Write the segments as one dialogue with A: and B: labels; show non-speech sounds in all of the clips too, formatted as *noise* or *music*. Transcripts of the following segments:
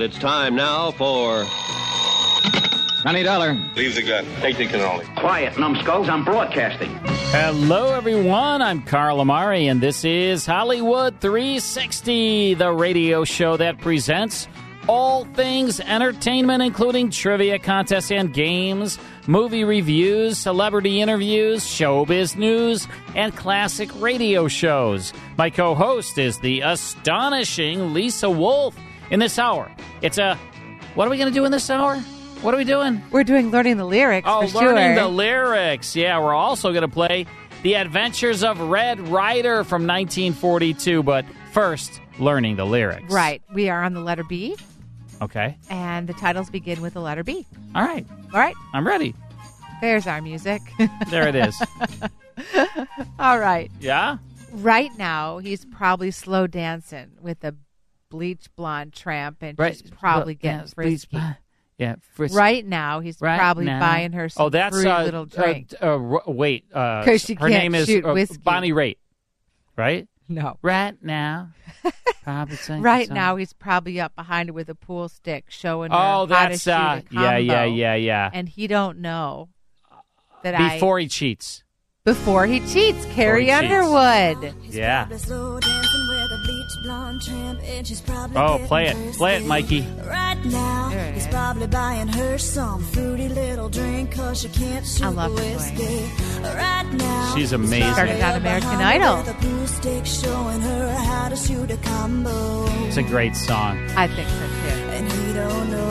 A: it's time now for. Money Dollar.
B: Leave the gun. Take the cannoli.
C: Quiet, numbskulls. I'm broadcasting.
D: Hello, everyone. I'm Carl Amari, and this is Hollywood 360, the radio show that presents all things entertainment, including trivia contests and games, movie reviews, celebrity interviews, showbiz news, and classic radio shows. My co host is the astonishing Lisa Wolf in this hour. It's a. What are we going to do in this hour? What are we doing?
E: We're doing learning the lyrics.
D: Oh,
E: for
D: learning
E: sure.
D: the lyrics. Yeah, we're also going to play The Adventures of Red Rider from 1942, but first, learning the lyrics.
E: Right. We are on the letter B,
D: Okay.
E: and the titles begin with the letter B.
D: All right.
E: All right.
D: I'm ready.
E: There's our music. *laughs*
D: There it is.
E: All right.
D: yeah?
E: Right now, he's probably slow dancing with a bleach blonde tramp, and
D: Right.
E: she's probably
D: Well,
E: getting
D: yeah, please,
E: frisky.
D: uh, Yeah, frisky.
E: Right now, he's
D: Right
E: probably
D: now.
E: buying her some
D: oh, that's,
E: fruit
D: uh,
E: little drink.
D: Uh, uh, ro- wait, uh,
E: 'Cause she
D: her
E: can't
D: name is
E: shoot
D: uh,
E: whiskey.
D: Bonnie Raitt, right?
E: no.
D: Right
E: *laughs*
D: now, probably thinking
E: Right
D: so.
E: now, he's probably up behind her with a pool stick, showing her
D: Oh,
E: how to
D: that's
E: shoot a
D: uh, yeah, yeah,
E: combo,
D: yeah, yeah.
E: And he don't know that I
D: Before he cheats,
E: before he cheats. Carrie
D: he cheats.
E: Underwood.
D: yeah.
F: Oh, play it. Play it, Mikey. Right now,
E: There it is.
F: probably buying her some fruity little drink because she can't shoot
E: I love
F: the
E: her voice.
F: Right now,
D: She's amazing.
E: Started on American Idol.
D: It's a great song.
E: I think so
F: and he don't know.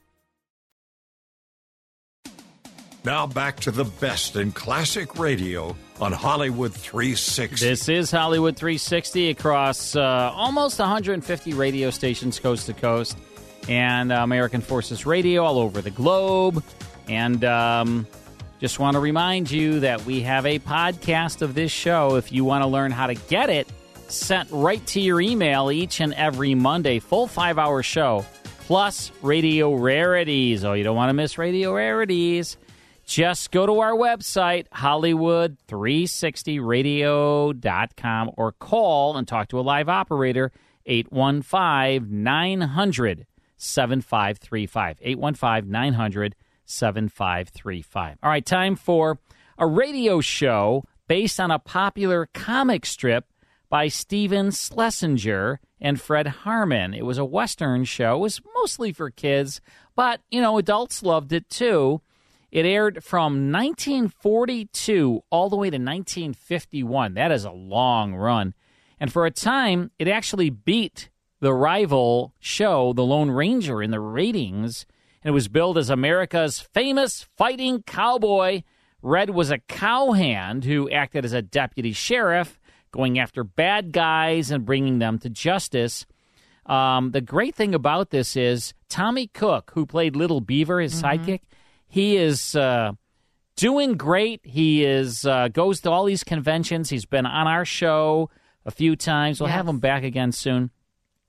G: Now back to the best in classic radio on Hollywood 360.
D: This is Hollywood 360 across uh, almost 150 radio stations coast to coast and uh, American Forces Radio all over the globe. And um, just want to remind you that we have a podcast of this show. If you want to learn how to get it, sent right to your email each and every Monday, full five hour show, plus radio rarities. Oh, you don't want to miss radio rarities just go to our website, Hollywood360radio.com, or call and talk to a live operator, 815 900 7535. 815 900 7535. All right, time for a radio show based on a popular comic strip by Steven Schlesinger and Fred Harmon. It was a Western show, it was mostly for kids, but, you know, adults loved it too. It aired from 1942 all the way to 1951. That is a long run. And for a time, it actually beat the rival show, The Lone Ranger, in the ratings. And it was billed as America's famous fighting cowboy. Red was a cowhand who acted as a deputy sheriff, going after bad guys and bringing them to justice. Um, the great thing about this is Tommy Cook, who played Little Beaver, his mm-hmm. sidekick, he is uh, doing great. He is uh, goes to all these conventions. He's been on our show a few times. We'll yes. have him back again soon.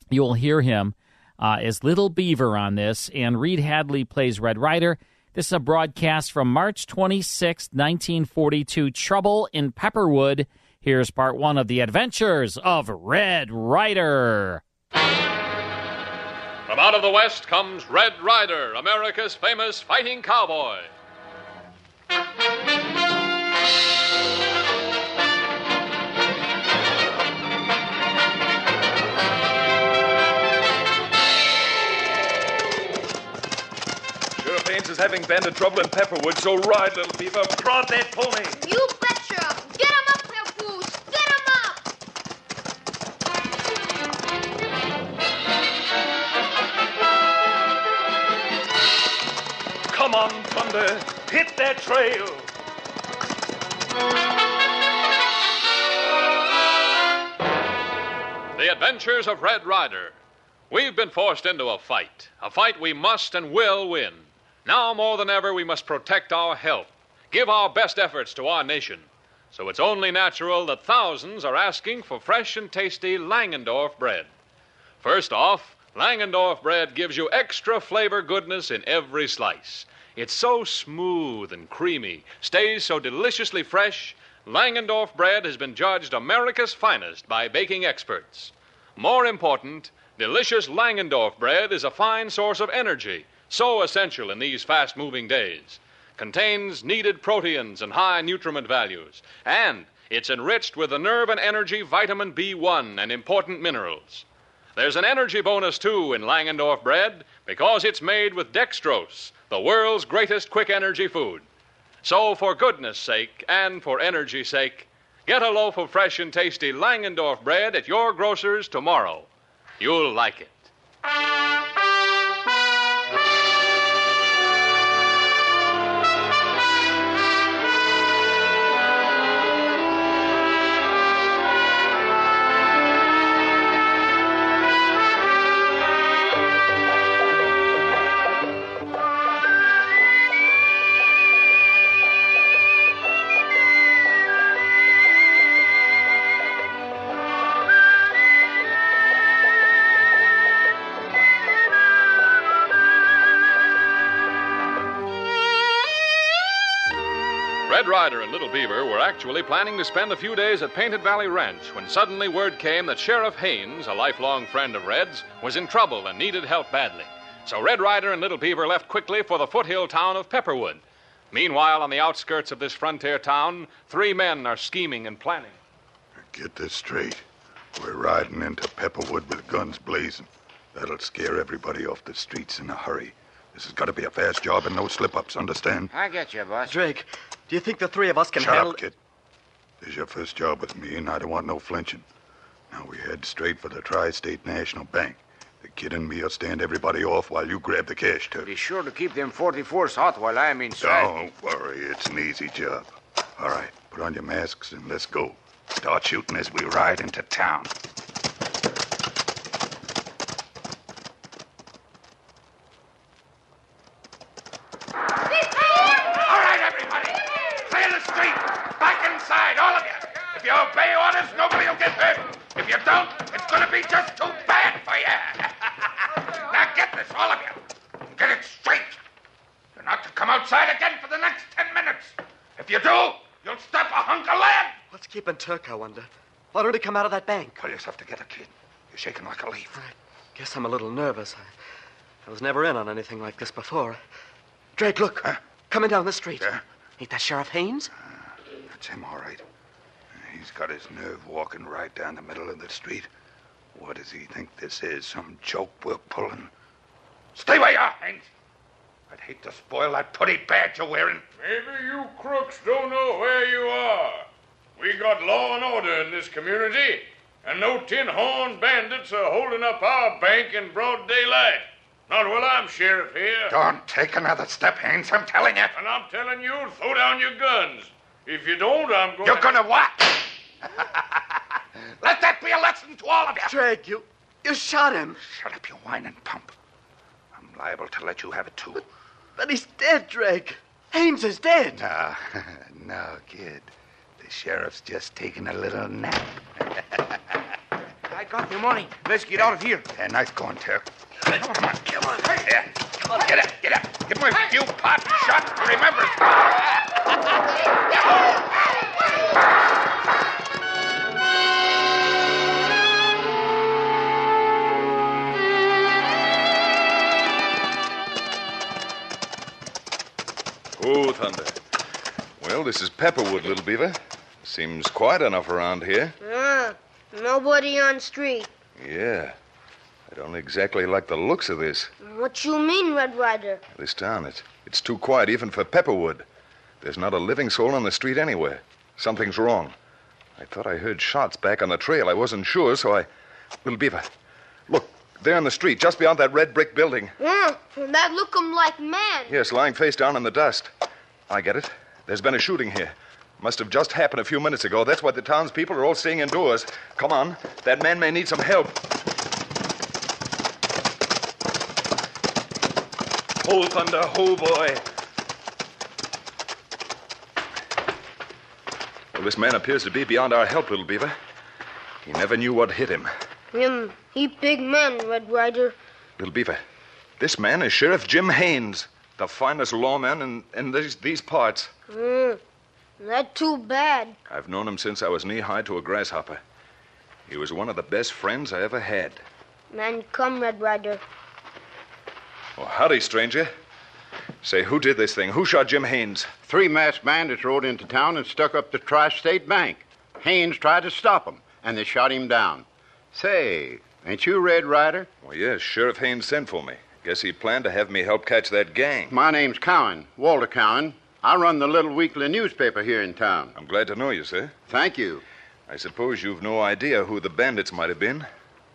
D: You'll hear him uh, as Little Beaver on this, and Reed Hadley plays Red Rider. This is a broadcast from March 26, 1942. Trouble in Pepperwood. Here's part one of The Adventures of Red Rider.
H: From out of the West comes Red Rider, America's famous fighting cowboy.
I: Sheriff Ames is having bandit trouble in Pepperwood, so ride, little beaver. Prod that pony.
J: You betcha. Get him up there, Bruce. Get him up.
I: Come on, Thunder, hit that trail.
H: The Adventures of Red Rider. We've been forced into a fight, a fight we must and will win. Now more than ever, we must protect our health, give our best efforts to our nation. So it's only natural that thousands are asking for fresh and tasty Langendorf bread. First off, Langendorf bread gives you extra flavor goodness in every slice. It's so smooth and creamy, stays so deliciously fresh. Langendorf bread has been judged America's finest by baking experts. More important, delicious Langendorf bread is a fine source of energy, so essential in these fast moving days. Contains needed proteins and high nutriment values, and it's enriched with the nerve and energy vitamin B1 and important minerals. There's an energy bonus, too, in Langendorf bread because it's made with dextrose, the world's greatest quick energy food. So, for goodness sake and for energy's sake, get a loaf of fresh and tasty Langendorf bread at your grocer's tomorrow. You'll like it. Red Rider and Little Beaver were actually planning to spend a few days at Painted Valley Ranch when suddenly word came that Sheriff Haynes, a lifelong friend of Red's, was in trouble and needed help badly. So Red Rider and Little Beaver left quickly for the foothill town of Pepperwood. Meanwhile, on the outskirts of this frontier town, three men are scheming and planning.
K: Get this straight. We're riding into Pepperwood with guns blazing. That'll scare everybody off the streets in a hurry. This has got to be a fast job and no slip ups, understand?
L: I get you, boss.
M: Drake, do you think the three of us can
K: Shut
M: handle
K: up, kid. This is your first job with me, and I don't want no flinching. Now we head straight for the Tri State National Bank. The kid and me'll stand everybody off while you grab the cash, too.
L: Be sure to keep them 44s hot while I'm inside.
K: Don't worry, it's an easy job. All right, put on your masks and let's go. Start shooting as we ride into town.
M: All right, everybody. Clear the street. Back inside, all of you. If you obey orders, nobody will get hurt. If you don't, it's going to be just too bad for you. *laughs* now get this, all of you. and Get it straight. You're not to come outside again for the next ten minutes. If you do, you'll step a hunk of land.
N: What's keeping Turk, I wonder? Why don't he come out of that bank?
M: Pull yourself together, kid. You're shaking like a leaf.
N: Guess I'm a little nervous. I, I was never in on anything like this before. Drake, look. Coming down the street. Ain't that Sheriff Haynes?
K: That's him, all right. He's got his nerve walking right down the middle of the street. What does he think this is? Some joke we're pulling?
M: Stay where you are, Haynes. I'd hate to spoil that putty badge you're
L: *laughs*
M: wearing.
O: Maybe you crooks don't know where you are. We got law and order in this community, and no tin horn bandits are holding up our bank in broad daylight. Not while I'm sheriff here.
M: Don't take another step, Haynes. I'm telling you.
O: And I'm telling you, throw down your guns. If you don't, I'm going.
M: You're gonna what? *laughs* Let that be a lesson to all of you.
N: Drake, you you shot him.
M: Shut up, you whining pump. I'm liable to let you have it
L: *laughs*
M: too.
N: But he's dead, Drake. Haynes is dead.
K: No, no, kid. The sheriff's just taking a little nap.
L: *laughs* I got the money. Let's get out of here.
K: Yeah, nice going, Turk.
M: Come on, come on. Yeah. Come on. Get up, get up. Give him a few pot shots and remember. Ah.
I: Oh, thunder. Well, this is Pepperwood, little beaver. Seems quiet enough around here.
P: Uh, nobody on street.
I: Yeah. I don't exactly like the looks of this.
P: What you mean, Red Rider?
I: This town, it's, it's too quiet even for Pepperwood. There's not a living soul on the street anywhere. Something's wrong. I thought I heard shots back on the trail. I wasn't sure, so I. Little Beaver, look, there in the street, just beyond that red brick building.
P: Yeah, Ah, that look 'em like man.
I: Yes, lying face down in the dust. I get it. There's been a shooting here. Must have just happened a few minutes ago. That's what the townspeople are all seeing indoors. Come on, that man may need some help. Ho, thunder, ho, boy. Well, this man appears to be beyond our help, little beaver. He never knew what hit him.
P: Him, he big man, Red Rider.
I: Little beaver, this man is Sheriff Jim Haynes, the finest lawman in, in these, these parts.
P: Mm, that too bad.
I: I've known him since I was knee high to a grasshopper. He was one of the best friends I ever had.
P: Man, come, Red Rider.
I: Well, howdy, stranger. Say, who did this thing? Who shot Jim Haynes?
Q: Three masked bandits rode into town and stuck up the Tri State Bank. Haynes tried to stop 'em, and they shot him down. Say, ain't you Red Rider?
I: Well, yes, Sheriff Haynes sent for me. Guess he planned to have me help catch that gang.
Q: My name's Cowan, Walter Cowan. I run the little weekly newspaper here in town.
I: I'm glad to know you, sir.
Q: Thank you.
I: I suppose you've no idea who the bandits might have been.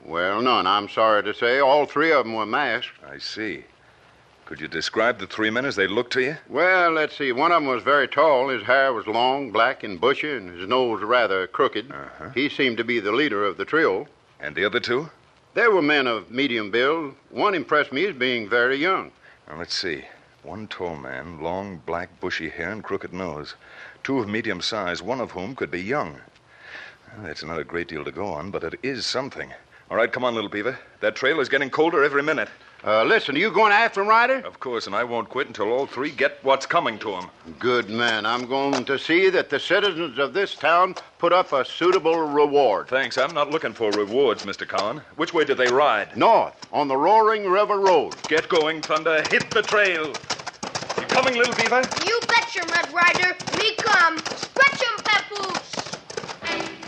Q: Well, none, I'm sorry to say. All three of 'em were masked.
I: I see. Could you describe the three men as they looked to you?
Q: Well, let's see. One of 'em was very tall. His hair was long, black, and bushy, and his nose rather crooked. He seemed to be the leader of the trio.
I: Uh-huh. And the other two?
Q: They were men of medium build. One impressed me as being very young.
I: Now, let's see. One tall man, long, black, bushy hair, and crooked nose. Two of medium size, one of whom could be young. Well, That's not a great deal to go on, but it is something. All right, come on, little beaver. That trail is getting colder every minute.
Q: Uh, listen, are you going after him, Ryder?
I: Of course, and I won't quit until all three get what's coming to them.
Q: Good man. I'm going to see that the citizens of this town put up a suitable reward.
I: Thanks. I'm not looking for rewards, Mr. Cowan. Which way did they ride?
Q: North, on the Roaring River Road.
I: Get going, Thunder. Hit the trail. You coming, little beaver?
P: You betcha, Red Rider. Me come. Stretch 'em, Papoose.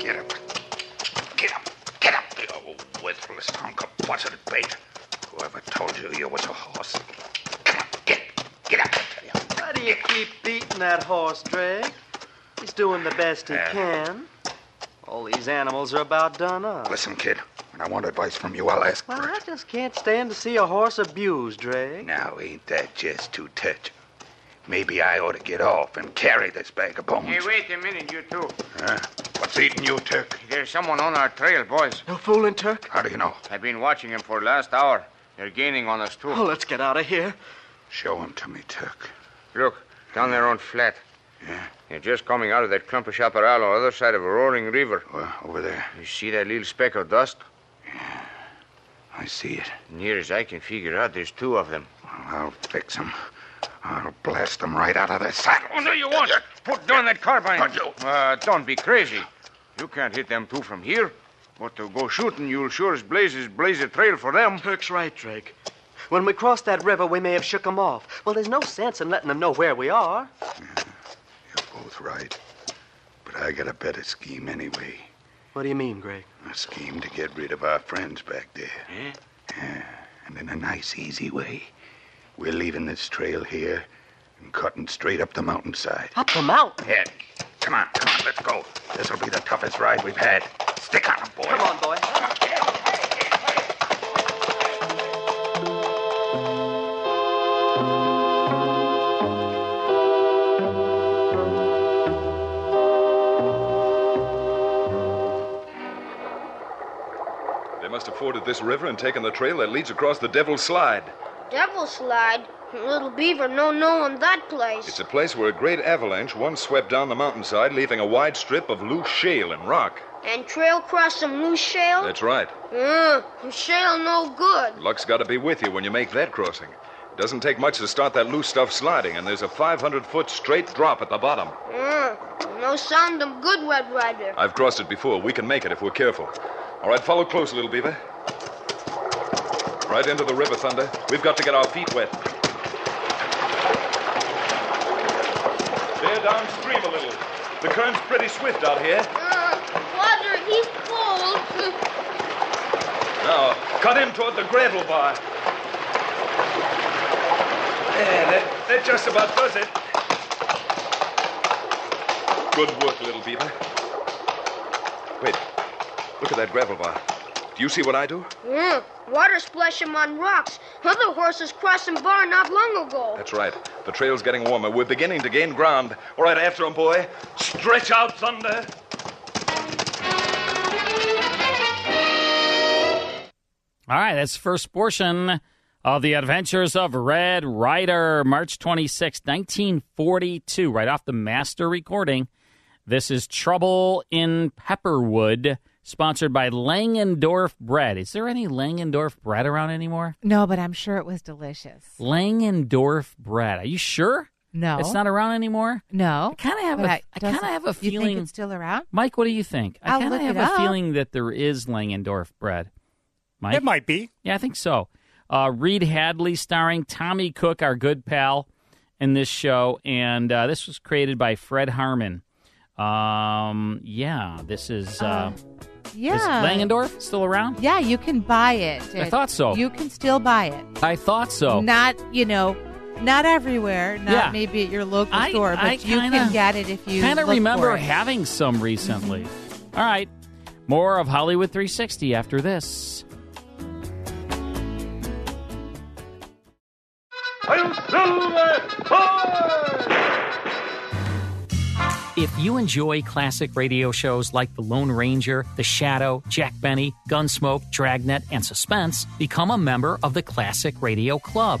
M: Get up. Get up. Get up, you worthless hunk of busted bait. Whoever told you you was a horse? Get up. Get, get up.
N: do you keep beating that horse, Drake? He's doing the best he can. All these animals are about done up.
K: Listen, kid, when I want advice from you, I'll ask.
N: Well, I just can't stand to see a horse abused, Drake.
K: Now, ain't that just too touch? Maybe I ought to get off and carry this bag of bones.
R: Hey, wait a minute, you two.
K: Huh? What's eating you, Turk?
R: There's someone on our trail, boys.
N: No fooling, Turk.
K: How do you know?
R: I've been watching him for the last hour. They're gaining on us, too.
N: Oh, let's get out of here.
K: Show him to me, Turk.
R: Look, down there on flat.
K: Yeah?
R: They're just coming out of that clump of chaparral on the other side of a roaring river.
K: Well, over there.
R: You see that little speck of dust?
K: I see it.
R: Near as I can figure out, there's two of them.
K: I'll fix him. I'll blast them right out of their saddle.
R: Oh, no, you won't. Put down that carbine. Uh, don't be crazy. You can't hit them two from here. But to go shooting, you'll sure as blazes blaze a trail for them.
N: Turk's right, Drake. When we crossed that river, we may have shook 'em off. Well, there's no sense in letting 'em know where we are.
K: Both right. But I got a better scheme anyway.
N: What do you mean, Greg?
K: A scheme to get rid of our friends back there.
R: Eh?
K: Yeah, and in a nice, easy way. We're leaving this trail here and cutting straight up the mountainside.
N: Up the mountain.
K: Head. Come on, come on, let's go. This'll be the toughest ride we've had. Stick on 'em, boy.
N: Come on, boy.
I: They must have forded this river and taken the trail that leads across the Devil's Slide.
P: Devil Slide? Little Beaver no no on that place.
I: It's a place where a great avalanche once swept down the mountainside, leaving a wide strip of loose shale and rock.
P: And trail cross some loose shale?
I: That's right.
P: Mm, shale no good.
I: Luck's got to be with you when you make that crossing. It doesn't take much to start that loose stuff sliding, and there's a 500 foot straight drop at the bottom.
P: Mm, no sound them good, Red Rider.
I: I've crossed it before. We can make it if we're careful. All right, follow close, little beaver. Right into the river, Thunder. We've got to get our feet wet. They're downstream a little. The current's pretty swift out here.
P: Mm, water, he's cold.
I: Now, cut in toward the gravel bar. There, that, that just about does it. Good work, little beaver. Wait, look at that gravel bar. Do you see what I do?
P: Mm, water splash him on rocks. Other horses crossed some bar not long ago.
I: That's right. The trail's getting warmer. We're beginning to gain ground. All right, after 'em, boy. Stretch out, Thunder.
D: All right, that's the first portion of the Adventures of Red Rider, March 26, 1942, right off the master recording. This is Trouble in Pepperwood, sponsored by Langendorf Bread. Is there any Langendorf bread around anymore?
E: No, but I'm sure it was delicious.
D: Langendorf bread. Are you sure?
E: No.
D: It's not around anymore?
E: No.
D: I kind of have
E: But
D: a,
E: I-
D: I kind of
E: doesn't-
D: have a
E: you
D: feeling.
E: think it's still around?
D: Mike, what do you think? I
E: I'll
D: kind of
E: look
D: have
E: it
D: a
E: up.
D: feeling that there is Langendorf bread. Mike?
S: It might be.
D: Yeah, I think so. Uh, Reed Hadley starring Tommy Cook, our good pal, in this show. And uh, this was created by Fred Harmon. Um, yeah, this is. Uh,
E: Yeah.
D: Is Langendorf still around?
E: Yeah, you can buy it.
D: I
E: It-
D: thought so.
E: You can still buy it.
D: I thought so.
E: Not, you know, not everywhere, not
D: Yeah.
E: maybe at your local
D: I-
E: store, but
D: I
E: you
D: kinda-
E: can get it if you
D: kind of
E: look
D: remember
E: for it.
D: having some recently. All right. More of Hollywood 360 after this.
T: If you enjoy classic radio shows like The Lone Ranger, The Shadow, Jack Benny, Gunsmoke, Dragnet, and Suspense, become a member of the Classic Radio Club.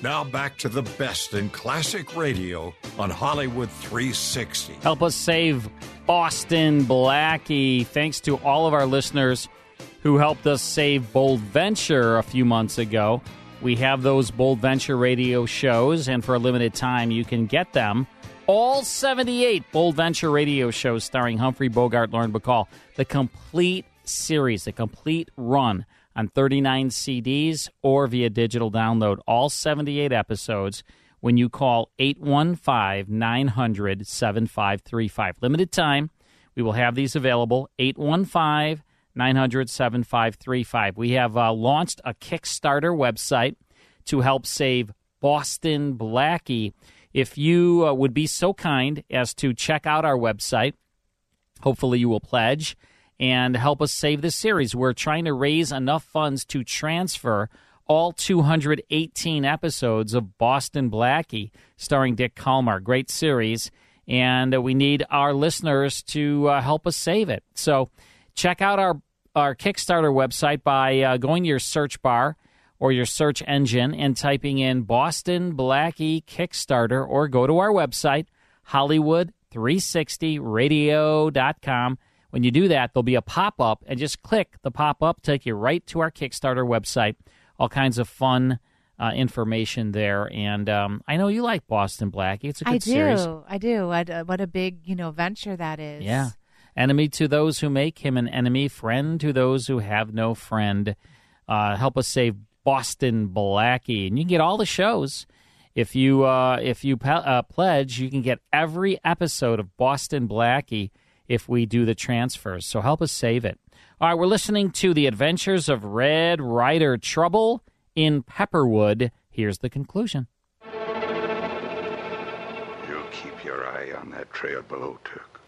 G: Now back to the best in classic radio on Hollywood 360.
D: Help us save Austin Blackie. Thanks to all of our listeners who helped us save Bold Venture a few months ago. We have those Bold Venture radio shows, and for a limited time, you can get them. All 78 Bold Venture radio shows starring Humphrey Bogart, Lauren Bacall. The complete series, the complete run on 39 CDs or via digital download. All 78 episodes when you call 815 900 7535. Limited time. We will have these available 815 900 7535. We have uh, launched a Kickstarter website to help save Boston Blackie. If you uh, would be so kind as to check out our website, hopefully you will pledge and help us save this series. We're trying to raise enough funds to transfer all 218 episodes of Boston Blackie, starring Dick Calmar. Great series, and uh, we need our listeners to uh, help us save it. So check out our our Kickstarter website by uh, going to your search bar or your search engine and typing in Boston Blackie Kickstarter, or go to our website Hollywood360radio.com. When you do that, there'll be a pop up, and just click the pop up, take you right to our Kickstarter website. All kinds of fun uh, information there. And um, I know you like Boston Blackie. It's a good
E: I do.
D: series.
E: I do. What a, what a big, you know, venture that is.
D: Yeah. Enemy to those who make him an enemy, friend to those who have no friend. Uh, help us save Boston Blackie. And you can get all the shows. If you uh, if you pe- uh, pledge, you can get every episode of Boston Blackie if we do the transfers. So help us save it. All right, we're listening to The Adventures of Red Rider Trouble in Pepperwood. Here's the conclusion.
K: You keep your eye on that trail below, Turk.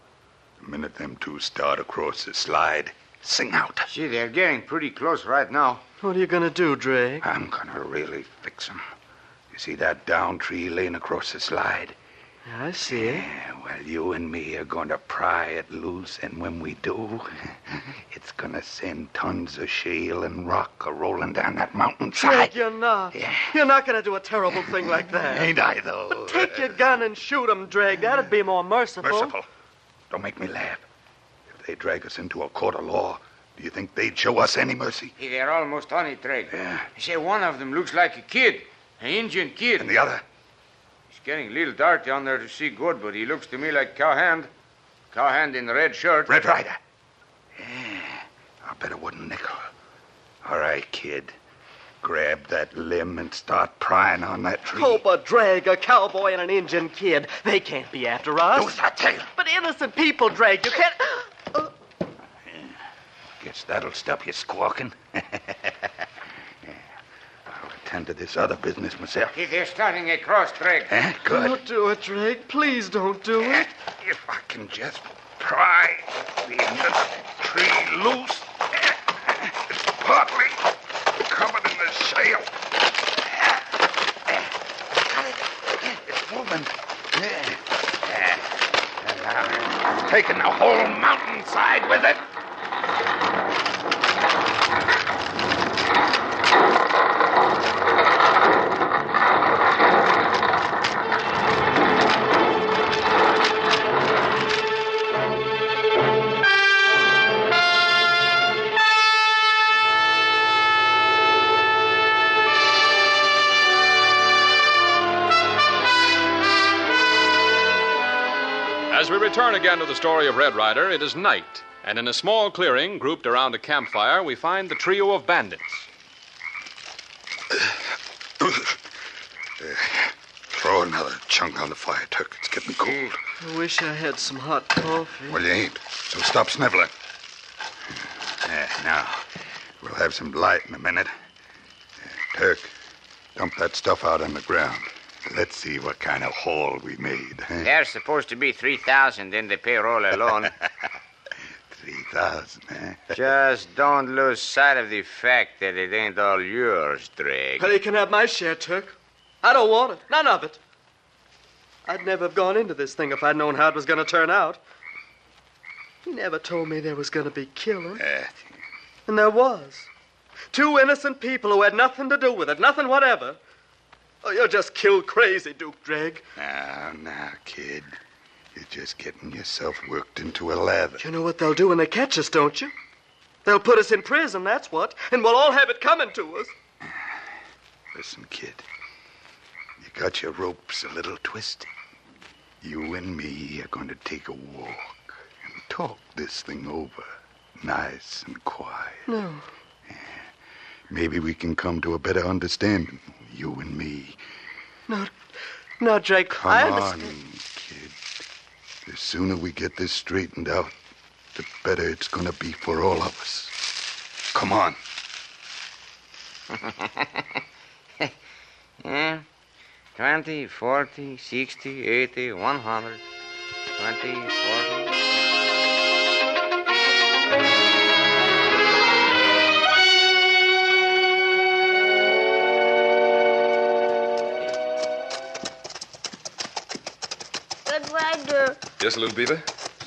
K: The minute them two start across the slide, sing out.
R: See, they're getting pretty close right now.
K: What are you gonna do, Drake? I'm gonna really fix 'em. You see that down tree laying across the slide?
N: Oh, I see it.
K: Yeah, well, you and me are gonna pry it loose, and when we do, *laughs* it's gonna send tons of shale and rock a rolling down that mountainside.
N: Drake, you're not. You're not going to do a terrible thing like that.
K: *laughs* Ain't I, though?
N: Take your gun and shoot 'em, Drake. That'd be more merciful.
K: Merciful. Don't make me laugh. If they drag us into a court of law, do you think they'd show us any mercy?
R: Hey, they're almost on it, Drake. You say one of them looks like a kid, an Indian kid. And the
K: other?
R: It's getting a little dark down there to see good, but he looks to me like Cowhand. Cowhand in red shirt.
K: Red Rider. I'll bet a wooden nickel. All right, kid. Grab that limb and start prying on that tree.
N: Oh, but Drake, a cowboy and an Indian kid. They can't be after us.
K: Lose that tail.
N: But innocent people, Drake. You can't.
K: Guess that'll stop you squawking. *laughs* yeah. I'll attend to this other business myself.
R: Hey, they're starting across, Drake.
K: Eh? Good.
N: Don't do it, Drake. Please don't do it.
K: If I can just pry the end of the tree loose, it's partly covered in the shale. It's moving. It's Taking the whole mountainside with it.
H: As we return again to the story of Red Rider, it is night, and in a small clearing grouped around a campfire, we find the trio of bandits.
K: Uh, Throw another chunk on the fire, Turk. It's getting cold.
N: I wish I had some hot coffee.
K: Well, you ain't. So stop sniveling. Yeah, now, we'll have some light in a minute. Yeah, Turk, dump that stuff out on the ground. Let's see what kind of haul we made. huh?
R: There's supposed to be 3,000 in the payroll alone.
K: 3,000, eh?
R: Just don't lose sight of the fact that it ain't all yours, Drake.
N: But he can have my share, Turk. I don't want it. None of it. I'd never have gone into this thing if I'd known how it was going to turn out. He never told me there was going to be killing.
A: Eh.
N: And there was. Two innocent people who had nothing to do with it, nothing whatever. Oh, you're just kill crazy, Duke Dreg.
K: Now, now, kid. You're just getting yourself worked into a lather.
N: You know what they'll do when they catch us, don't you? They'll put us in prison, that's what. And we'll all have it coming to us.
K: Listen, kid. You got your ropes a little twisted. You and me are going to take a walk and talk this thing over. Nice and quiet.
N: No.
K: Maybe we can come to a better understanding, you and me.
N: No, no, Drake.
K: Come
N: I
K: on,
N: understand.
K: kid. The sooner we get this straightened out, the better it's going to be for all of us. Come on. *laughs*
R: Hmm?
L: Yeah. 20, 40, 60, 80, 100. 20, 40.
P: Red Rider,
I: Yes, little beaver?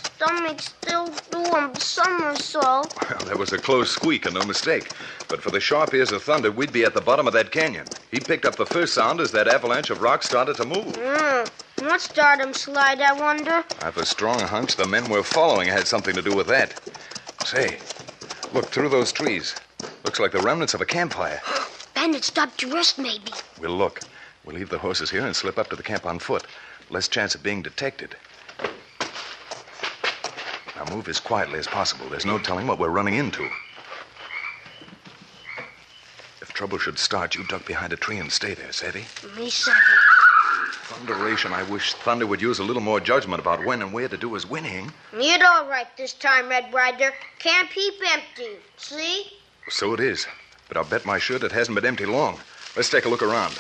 P: stomach's still doing somersault.
I: Well, that was a close squeak and no mistake. But for the sharp ears of thunder, we'd be at the bottom of that canyon. He picked up the first sound as that avalanche of rock started to move.
P: Mm. What started him slide, I wonder?
I: I have a strong hunch the men we're following had something to do with that. Say, look through those trees. Looks like the remnants of a campfire.
P: Bandit stopped to rest, maybe.
I: We'll look. We'll leave the horses here and slip up to the camp on foot. Less chance of being detected. Now move as quietly as possible. There's no telling what we're running into. If trouble should start, you duck behind a tree and stay there, Savvy.
P: Me seven.
I: Thunderation, I wish Thunder would use a little more judgment about when and where to do his winning.
P: It all right this time, Red Rider. Camp heap empty. See?
I: So it is. But I'll bet my shirt it hasn't been empty long. Let's take a look around.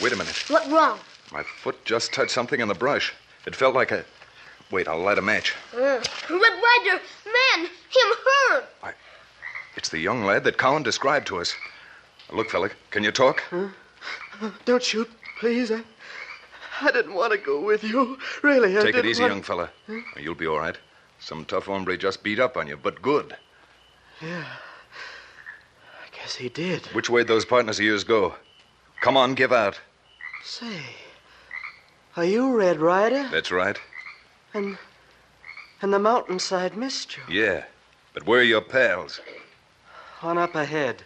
I: Wait a minute.
P: What wrong?
I: My foot just touched something in the brush. It felt like a. Wait, I'll light a match.
P: Mm. Red Rider, man, him hurt.
I: It's the young lad that Cowan described to us. Look, fella, can you talk?
N: Don't shoot, please. I, I didn't want to go with you. Really, I
I: Take it
N: didn't
I: easy,
N: want-
I: young fella.
N: Huh?
I: You'll be all right. Some tough hombre just beat up on you, but good.
N: Yeah. I guess he did.
I: Which way'd those partners of yours go? Come on, give out.
N: Say, are you Red Rider?
I: That's right.
N: And and the mountainside missed you
I: Yeah. But where are your pals?
N: on up ahead.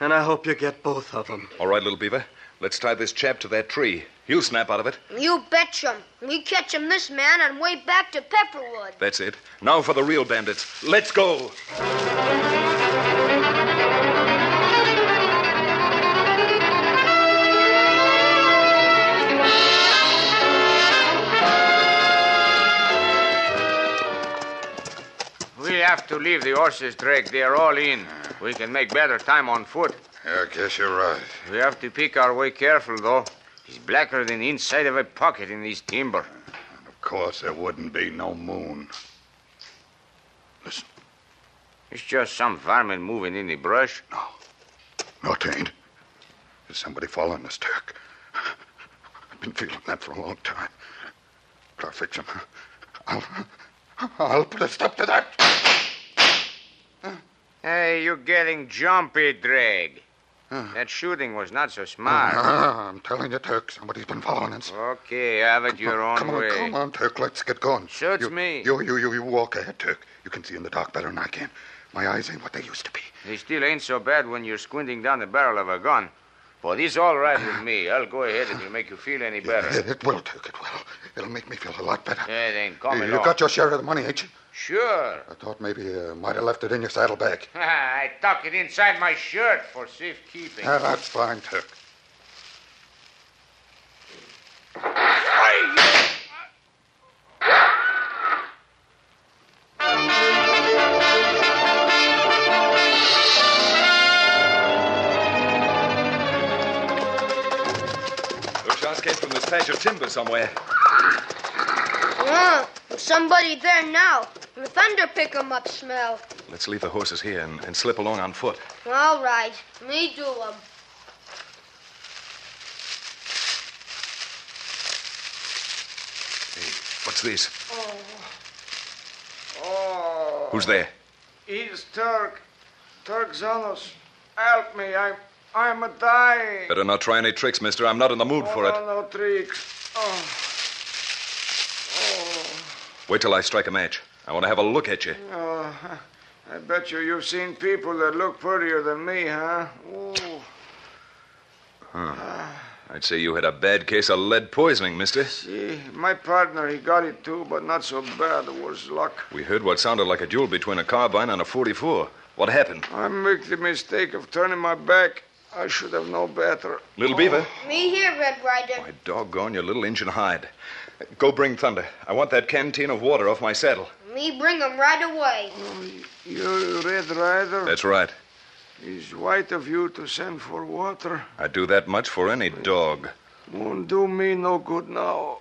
N: And I hope you get both of them.
I: All right, little beaver. Let's tie this chap to that tree. He'll snap out of it.
P: You betch him. We catch him this man on way back to Pepperwood.
I: That's it. Now for the real bandits. Let's go.
R: We have to leave the horses, Drake. They are all in. We can make better time on foot.
K: I guess you're right.
R: We have to pick our way careful, though. It's blacker than the inside of a pocket in this timber.
K: Of course, there wouldn't be no moon.
R: It's just some varmint moving in the brush.
K: No, it ain't. There's somebody following us, Turk. I've been feeling that for a long time. But I'll fix him. I'll, I'll put a stop to that.
R: Hey, you're getting jumpy, Drake. That shooting was not so smart.
K: *laughs* Ah, I'm telling you, Turk, somebody's been following us.
R: Okay, have it your own
K: Oh, Come on,
R: way.
K: come on, Turk. Let's get going.
R: Suits
K: you,
R: me.
K: You, you, you, you walk ahead, Turk. You can see in the dark better than I can. My eyes ain't what they used to be.
R: They still ain't so bad when you're squinting down the barrel of a gun. But it's all right with me. I'll go ahead if it'll make you feel any better.
K: It, it will, Turk. It will. *laughs* It'll make me feel a lot better.
R: It ain't coming
K: you
R: off.
K: got your share of the money, ain't you?
R: Sure. *laughs*
K: I thought maybe you might have left it in your saddlebag.
R: I tuck it inside my shirt for safekeeping.
K: Ah, that's fine, Turk.
I: Those shots came from this patch of timber somewhere.
P: Mm. Somebody there now. The thunder pick him up smell.
I: Let's leave the horses here and, and slip along on foot.
P: All right, me do him.
I: What's this?
P: Oh.
I: Who's there?
L: Oh. He's Turk. Turk Zanos. Help me. I'm, I'm a dying.
I: Better not try any tricks, mister. I'm not in the mood for it.
L: No, no tricks. Oh.
I: Wait till I strike a match. I want to have a look at you.
L: Oh, I bet you you've seen people that look prettier than me, huh? Oh. Ooh.
I: Huh. I'd say you had a bad case of lead poisoning, mister.
L: See, my partner, he got it too, but not so bad. Worse luck.
I: We heard what sounded like a duel between a carbine and a 44. What happened?
L: I make the mistake of turning my back. I should have known better.
I: Little Beaver?
P: Me here, Red Rider.
I: Doggone your little engine hide. Go bring Thunder. I want that canteen of water off my saddle.
P: Me bring him right away.
L: You, Red Rider?
I: That's right.
L: It's white of you to send for water.
I: I'd do that much for any dog.
L: Won't do me no good now.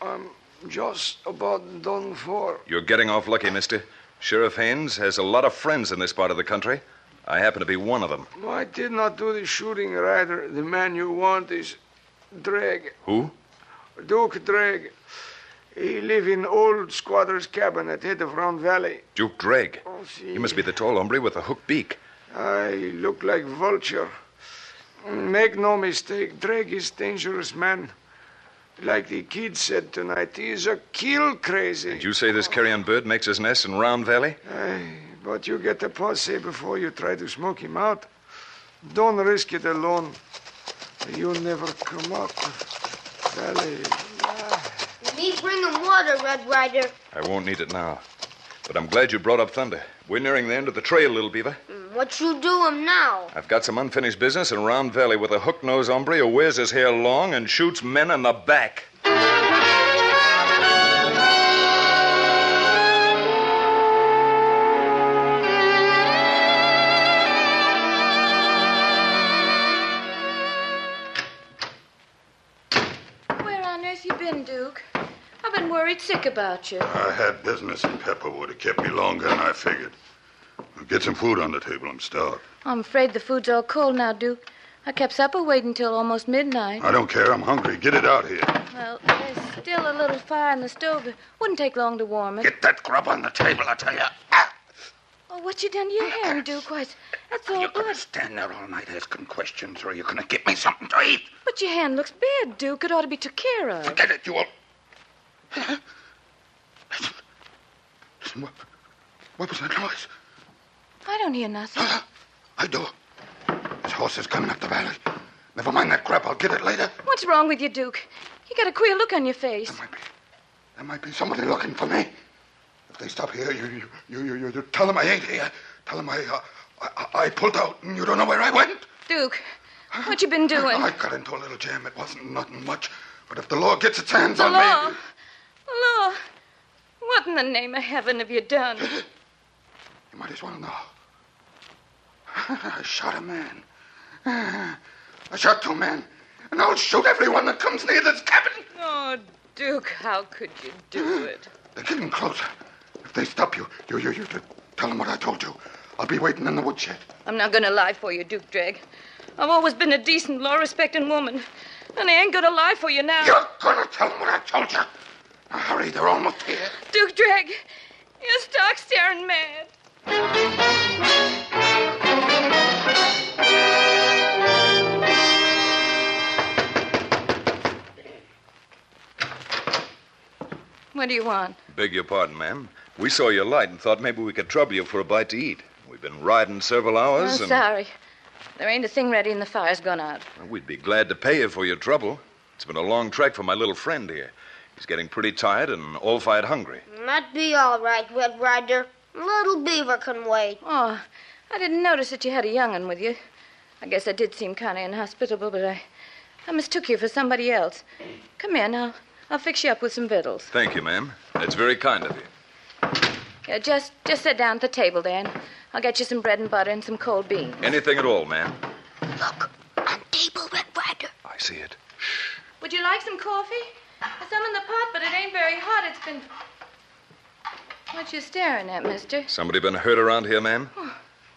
L: I'm just about done for.
I: You're getting off lucky, mister. Sheriff Haines has a lot of friends in this part of the country. I happen to be one of them.
L: I did not do the shooting, Rider. The man you want is Dreg,
I: Who?
L: Duke Dreg. He live in old squatter's cabin at head of Round Valley.
I: Duke Dreg.
L: Oh, see.
I: He must be the tall hombre with the hooked beak.
L: I look like vulture. Make no mistake, Drake is dangerous man. Like the kid said tonight, he is a kill crazy.
I: Did you say this carrion bird makes his nest in Round Valley?
L: Aye, but you get a posse before you try to smoke him out. Don't risk it alone. You'll never come up. Valley.
P: Me bring him water, Red Rider.
I: I won't need it now. But I'm glad you brought up Thunder. We're nearing the end of the trail, little beaver.
P: What you do him now?
I: I've got some unfinished business in Round Valley with a hook nosed hombre who wears his hair long and shoots men in the back.
U: Where on earth you been, Duke? I've been worried sick about you.
V: I had business in Pepperwood. It kept me longer than I figured. Get some food on the table. I'm starved.
U: I'm afraid the food's all cold now, Duke. I kept supper waiting till almost midnight.
V: I don't care. I'm hungry. Get it out here.
U: Well, there's still a little fire in the stove. It wouldn't take long to warm it.
V: Get that grub on the table, I tell you.
U: Oh, what you done to your hair, Duke? Why, it's- that's all blood.
V: Stand there all night asking questions, or you're going to get me something to eat.
U: But your hand looks bad, Duke. It ought to be took care of.
V: Forget it, you old. What, what was that noise?
U: I don't hear nothing.
V: I do. This horse is coming up the valley. Never mind that crap. I'll get it later.
U: What's wrong with you, Duke? You got a queer look on your face.
V: There might be somebody looking for me. If they stop here, you you you you, you, you tell them I ain't here. Tell them I, uh, I I- I pulled out and you don't know where I went.
U: Duke, what you been doing?
V: I got into a little jam. It wasn't nothing much. But if the law gets its hands
U: the
V: on
U: law.
V: me,
U: Law. What in the name of heaven have you done?
V: you might as well know. *laughs* I shot a man. *laughs* I shot two men. And I'll shoot everyone that comes near this cabin.
U: Oh, Duke, how could you do it?
V: *sighs* They're getting closer. If they stop you, you you you you tell them what I told you. I'll be waiting in the woodshed.
U: I'm not going to lie for you, Duke Dreg. I've always been a decent, law respecting woman, and I ain't going to lie for you now.
V: You're gonna tell them what I told you. Now hurry, they're almost here.
U: Duke Dreg, you're stark staring mad. What do you want?
I: Beg your pardon, ma'am. We saw your light and thought maybe we could trouble you for a bite to eat. We've been riding several hours,
U: I'm
I: and
U: Oh, sorry. There ain't a thing ready, and the fire's gone out.
I: Well, we'd be glad to pay you for your trouble. It's been a long trek for my little friend here. He's getting pretty tired and all fired hungry.
P: That'd be all right, Red Rider. Little Beaver can wait.
U: Oh, I didn't notice that you had a young'un with you. I guess I did seem kind of inhospitable, but I, I mistook you for somebody else. Come in, I'll, I'll fix you up with some victuals.
I: Thank you, ma'am. That's very kind of you.
U: Yeah, just, just sit down at the table, Dan. I'll get you some bread and butter and some cold beans.
I: Anything at all, ma'am.
U: Table, Red Rider.
I: I see it.
U: Would you like some coffee? There's some in the pot, but it ain't very hot. It's been. What you staring at, Mister? Oh,
I: Somebody been hurt around here, ma'am?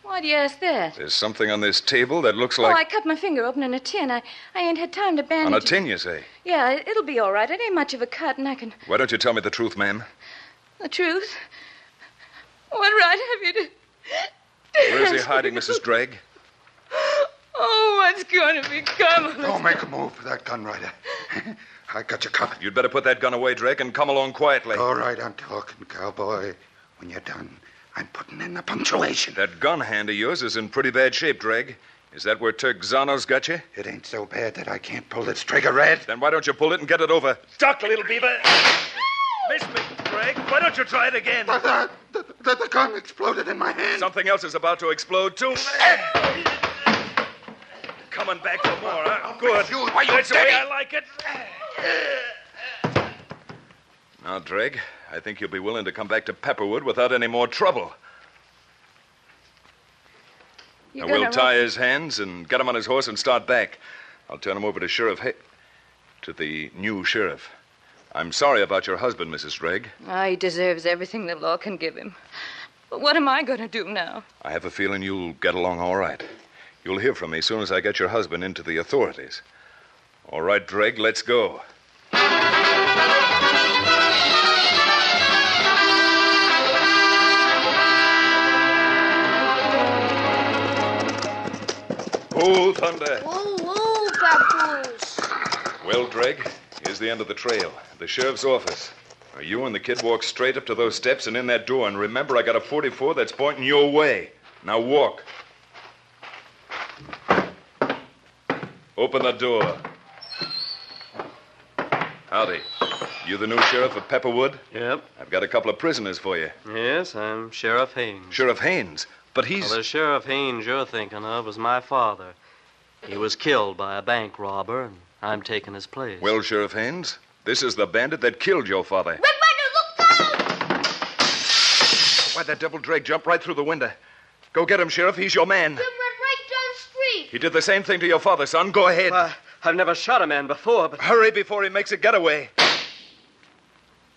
U: Why do you ask that?
I: There's something on this table that looks
U: Oh, I
I: like
U: cut my finger opening a tin. I, I ain't had time to bandage.
I: on a
U: it.
I: tin, you say.
U: Yeah, it- it'll be all right. It ain't much of a cut, and I can.
I: Why don't you tell me the
U: *laughs*
I: truth, ma'am?
U: The truth? What right have you to.
I: Where is he hiding, Mrs. Dreg?
U: Oh,
C: what's going to become of us?
K: Don't make a move for that gun, Ryder. *laughs* I got you covered.
I: You'd better put that gun away, Drake, and come along quietly.
K: All right, I'm talking, cowboy. When you're done, I'm putting in the punctuation.
I: That gun hand of yours is in pretty bad shape, Dreg. Is that where Turkzano's got you?
K: It ain't so bad that I can't pull this trigger, Red.
I: Then why don't you pull it and get it over?
W: Duck, little beaver. Miss me, Drake. Why don't you try it again?
K: uh, The, the gun exploded in my hand.
I: Something else is about to explode, too. Coming back for more, huh? Good.
W: Why, you
I: That's the way
W: dirty-
I: I like it. Now, Drake, I think you'll be willing to come back to Pepperwood without any more trouble.
U: You're
I: Now,
U: gonna
I: we'll
U: rob-
I: tie his hands and get him on his horse and start back. I'll turn him over to Sheriff Hay. to the new sheriff. I'm sorry about your husband, Mrs. Dreg.
U: Ah, he deserves everything the law can give him. But what am I going to do now?
I: I have a feeling you'll get along all right. You'll hear from me as soon as I get your husband into the authorities. All right, Dreg, let's go. Oh, thunder.
P: Whoa, whoa, Papoose.
I: Well, Dreg, here's the end of the trail. The sheriff's office. Now, you and the kid walk straight up to those steps and in that door. And remember, I got a 44 that's pointing your way. Now walk. Open the door. Howdy. You the new sheriff of Pepperwood?
N: Yep.
I: I've got a couple of prisoners for you.
N: Yes, I'm Sheriff Haynes.
I: Sheriff Haynes? But he's.
N: Well, the Sheriff Haynes you're thinking of was my father. He was killed by a bank robber, and I'm taking his place.
I: Well, Sheriff Haynes, this is the bandit that killed your father.
P: Red Ryder, look out!
I: Why, that devil Drake jumped right through the window. Go get him, Sheriff. He's your man.
P: Jim went right down the street.
I: He did the same thing to your father, son. Go ahead.
N: I've never shot a man before, but.
I: Hurry before he makes a getaway.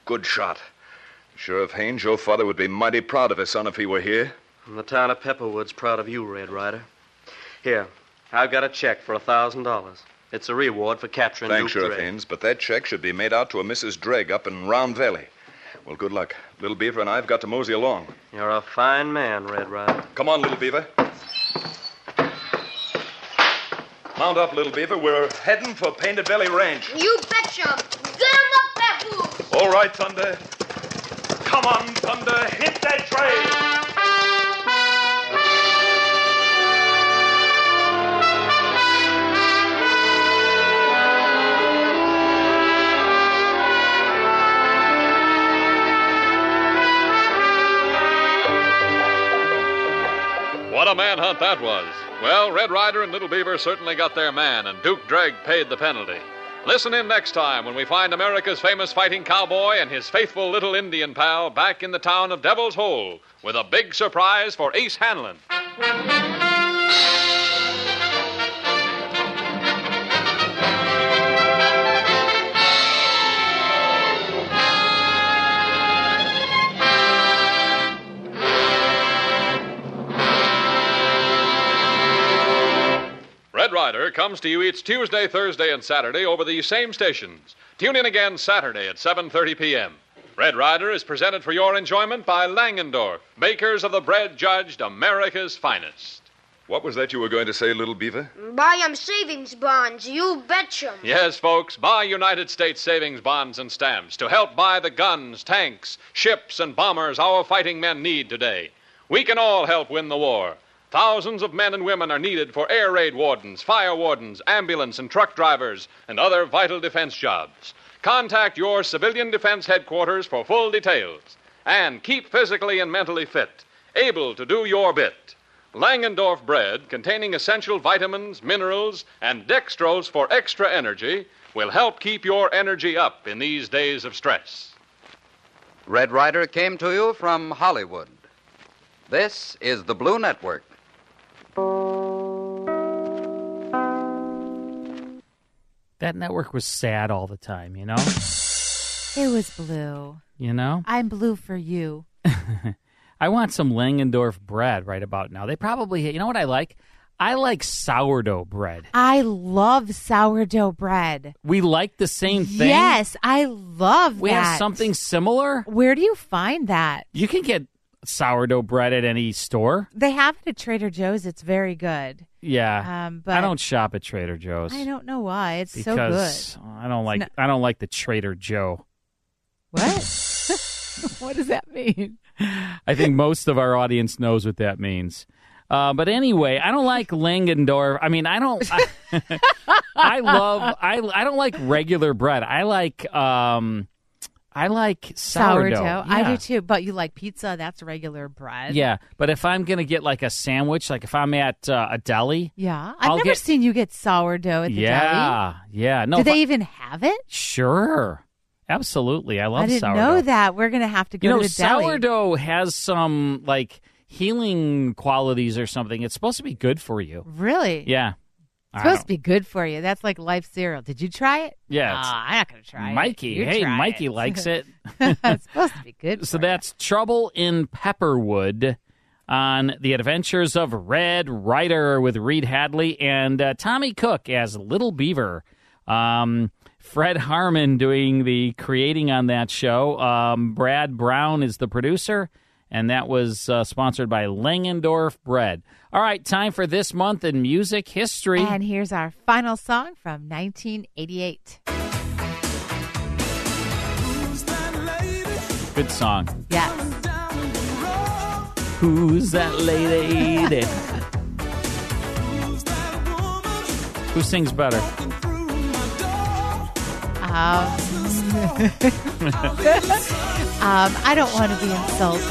I: Good shot. Sheriff Haynes, your father would be mighty proud of his son if he were here.
N: And the town of Pepperwood's proud of you, Red Rider. Here, I've got a check for a $1,000. It's a reward for capturing
I: Thanks,
N: Duke
I: Sheriff
N: Drake.
I: Haynes, but that check should be made out to a Mrs. Dreg up in Round Valley. Well, good luck. Little Beaver and I've got to mosey along.
N: You're a fine man, Red Rider.
I: Come on, Little Beaver. Mount up, Little Beaver. We're heading for Painted Valley Ranch.
P: You betcha. Get him up, Papoose.
I: All right, Thunder. Come on, Thunder. Hit that train.
H: What a manhunt that was. Well, Red Rider and Little Beaver certainly got their man, and Duke Dreg paid the penalty. Listen in next time when we find America's famous fighting cowboy and his faithful little Indian pal back in the town of Devil's Hole with a big surprise for Ace Hanlon. Red Rider comes to you each Tuesday, Thursday, and Saturday over these same stations. Tune in again Saturday at 7:30 p.m. Red Rider is presented for your enjoyment by Langendorf, makers of the bread judged America's finest.
I: What was that you were going to say, Little Beaver?
P: Buy 'em savings bonds. You betcha.
H: Yes, folks, buy United States savings bonds and stamps to help buy the guns, tanks, ships, and bombers our fighting men need today. We can all help win the war. Thousands of men and women are needed for air raid wardens, fire wardens, ambulance and truck drivers, and other vital defense jobs. Contact your civilian defense headquarters for full details. And keep physically and mentally fit, able to do your bit. Langendorf bread, containing essential vitamins, minerals, and dextrose for extra energy, will help keep your energy up in these days of stress.
A: Red Rider came to you from Hollywood. This is the Blue Network.
D: That network was sad all the time, you know?
E: It was blue.
D: You know?
E: I'm blue for you.
D: I want some Langendorf bread right about now. They probably, you know what I like? I like sourdough bread.
E: I love sourdough bread.
D: We like the same thing.
E: Yes, I love
D: We
E: that.
D: have something similar.
E: Where do you find that?
D: You can get sourdough bread at any store.
E: They have it at Trader Joe's. It's very good.
D: Yeah,
E: Um, but
D: I don't shop at Trader Joe's.
E: I don't know why. It's so good.
D: because I don't like
E: *laughs* not-
D: I don't like the Trader Joe.
E: what does that mean?
D: I think most of our audience knows what that means. Uh, but anyway, I don't like Langendorf. I mean, I don't.
E: *laughs*
D: I, I
E: Uh,
D: love. I I don't like regular bread. I like. um I like sourdough.
E: I
D: Yeah.
E: do too. But you like pizza? That's regular bread.
D: Yeah, but if I'm gonna get like a sandwich, like if I'm at uh, a deli,
E: Yeah. I've
D: I'll
E: never
D: get-
E: seen you get sourdough at the deli.
D: yeah, yeah, no,
E: do
D: if I-
E: they even have it?
D: sure, absolutely, I love
E: I didn't
D: sourdough.
E: know that. We're gonna have to go
D: you know,
E: to the deli.
D: sourdough has some like healing qualities or something. It's supposed to be good for you.
E: Really?
D: Yeah, I
E: It's supposed to be good for you. That's like life cereal. Did you try it?
D: Yeah, it's-
E: Aw, I'm not gonna try it.
D: Mikey,
E: You
D: hey,
E: try
D: Mikey
E: *laughs*
D: likes it. *laughs*
E: it's supposed to be good.
D: So that's Trouble in Pepperwood on The Adventures of Red Rider with Reed Hadley and uh, Tommy Cook as Little Beaver. Um, Fred Harmon doing the creating on that show. Um, Brad Brown is the producer, and that was uh, sponsored by Langendorf Bread. All right, time for this month in music history.
E: And here's our final song from 1988.
D: Good song.
E: Yes.
D: Who's that lady? Who sings better? *laughs*
E: Um, *laughs* um, I don't want to be insulting,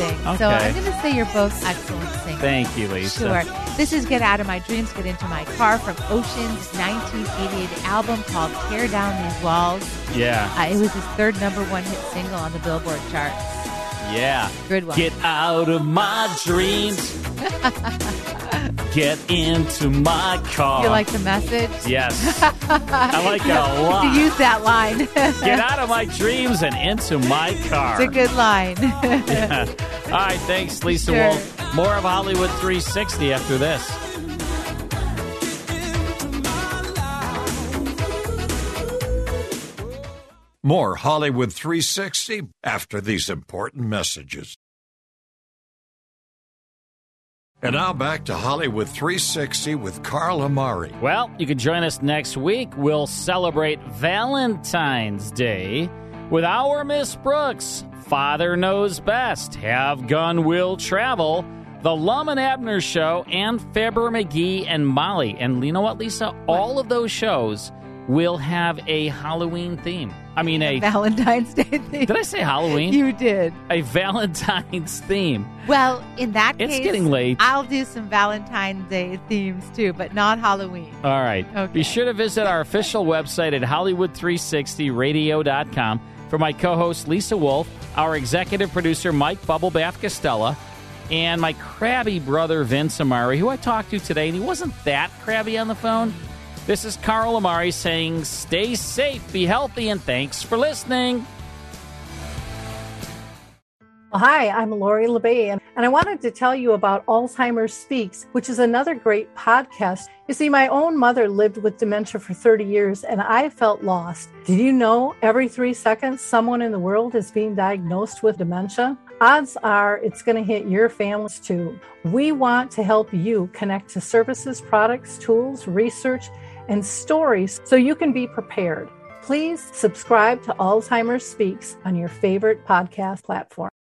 D: Okay.
E: so I'm going to say you're both excellent singers.
D: Thank you, Lisa.
E: Sure. This is Get Out of My Dreams, Get Into My Car from Ocean's 1988 album called Tear Down These Walls.
D: Yeah,
E: Uh, it was his third number one hit single on the Billboard chart.
D: yeah.
E: Good one.
D: Get out of my dreams. Get into my car.
E: *laughs* You like the message? *laughs*
D: Yes.
E: I
D: like it a lot.
E: *laughs* To use that line. *laughs*
D: Get out of my dreams and into my car.
E: It's a good line. *laughs*
D: *laughs* Yeah. All right, thanks, Lisa
E: Sure.
D: Wolf. More of Hollywood 360 after this.
G: More Hollywood 360 after these important messages. And now back to Hollywood 360 with Carl Amari.
D: Well, you can join us next week. We'll celebrate Valentine's Day with our Miss Brooks. Father Knows Best, Have Gun Will Travel, The Lum and Abner Show, and Faber McGee and Molly. And you know what, Lisa? All of those shows will have a Halloween theme. I mean, a.
E: *laughs* Valentine's Day thing.
D: Did I say Halloween?
E: You did.
D: A Valentine's theme.
E: Well, in that
D: It's
E: case,
D: getting late.
E: I'll do some Valentine's Day themes too, but not Halloween.
D: All right. Be sure to visit our official website at Hollywood360radio.com. For my co host, Lisa Wolf, our executive producer, Mike Bubblebath Costella, and my crabby brother, Vince Amari, who I talked to today, and he wasn't that crabby on the phone. This is Carl Amari saying, stay safe, be healthy, and thanks for listening.
C: Hi, I'm Lori LeBay, and and I wanted to tell you about Alzheimer's Speaks, which is another great podcast. You see, my own mother lived with dementia for 30 years, and I felt lost. Did you know every three seconds someone in the world is being diagnosed with dementia? Odds are it's going to hit your families too. We want to help you connect to services, products, tools, research, and stories so you can be prepared. Please subscribe to Alzheimer's Speaks on your favorite podcast platform.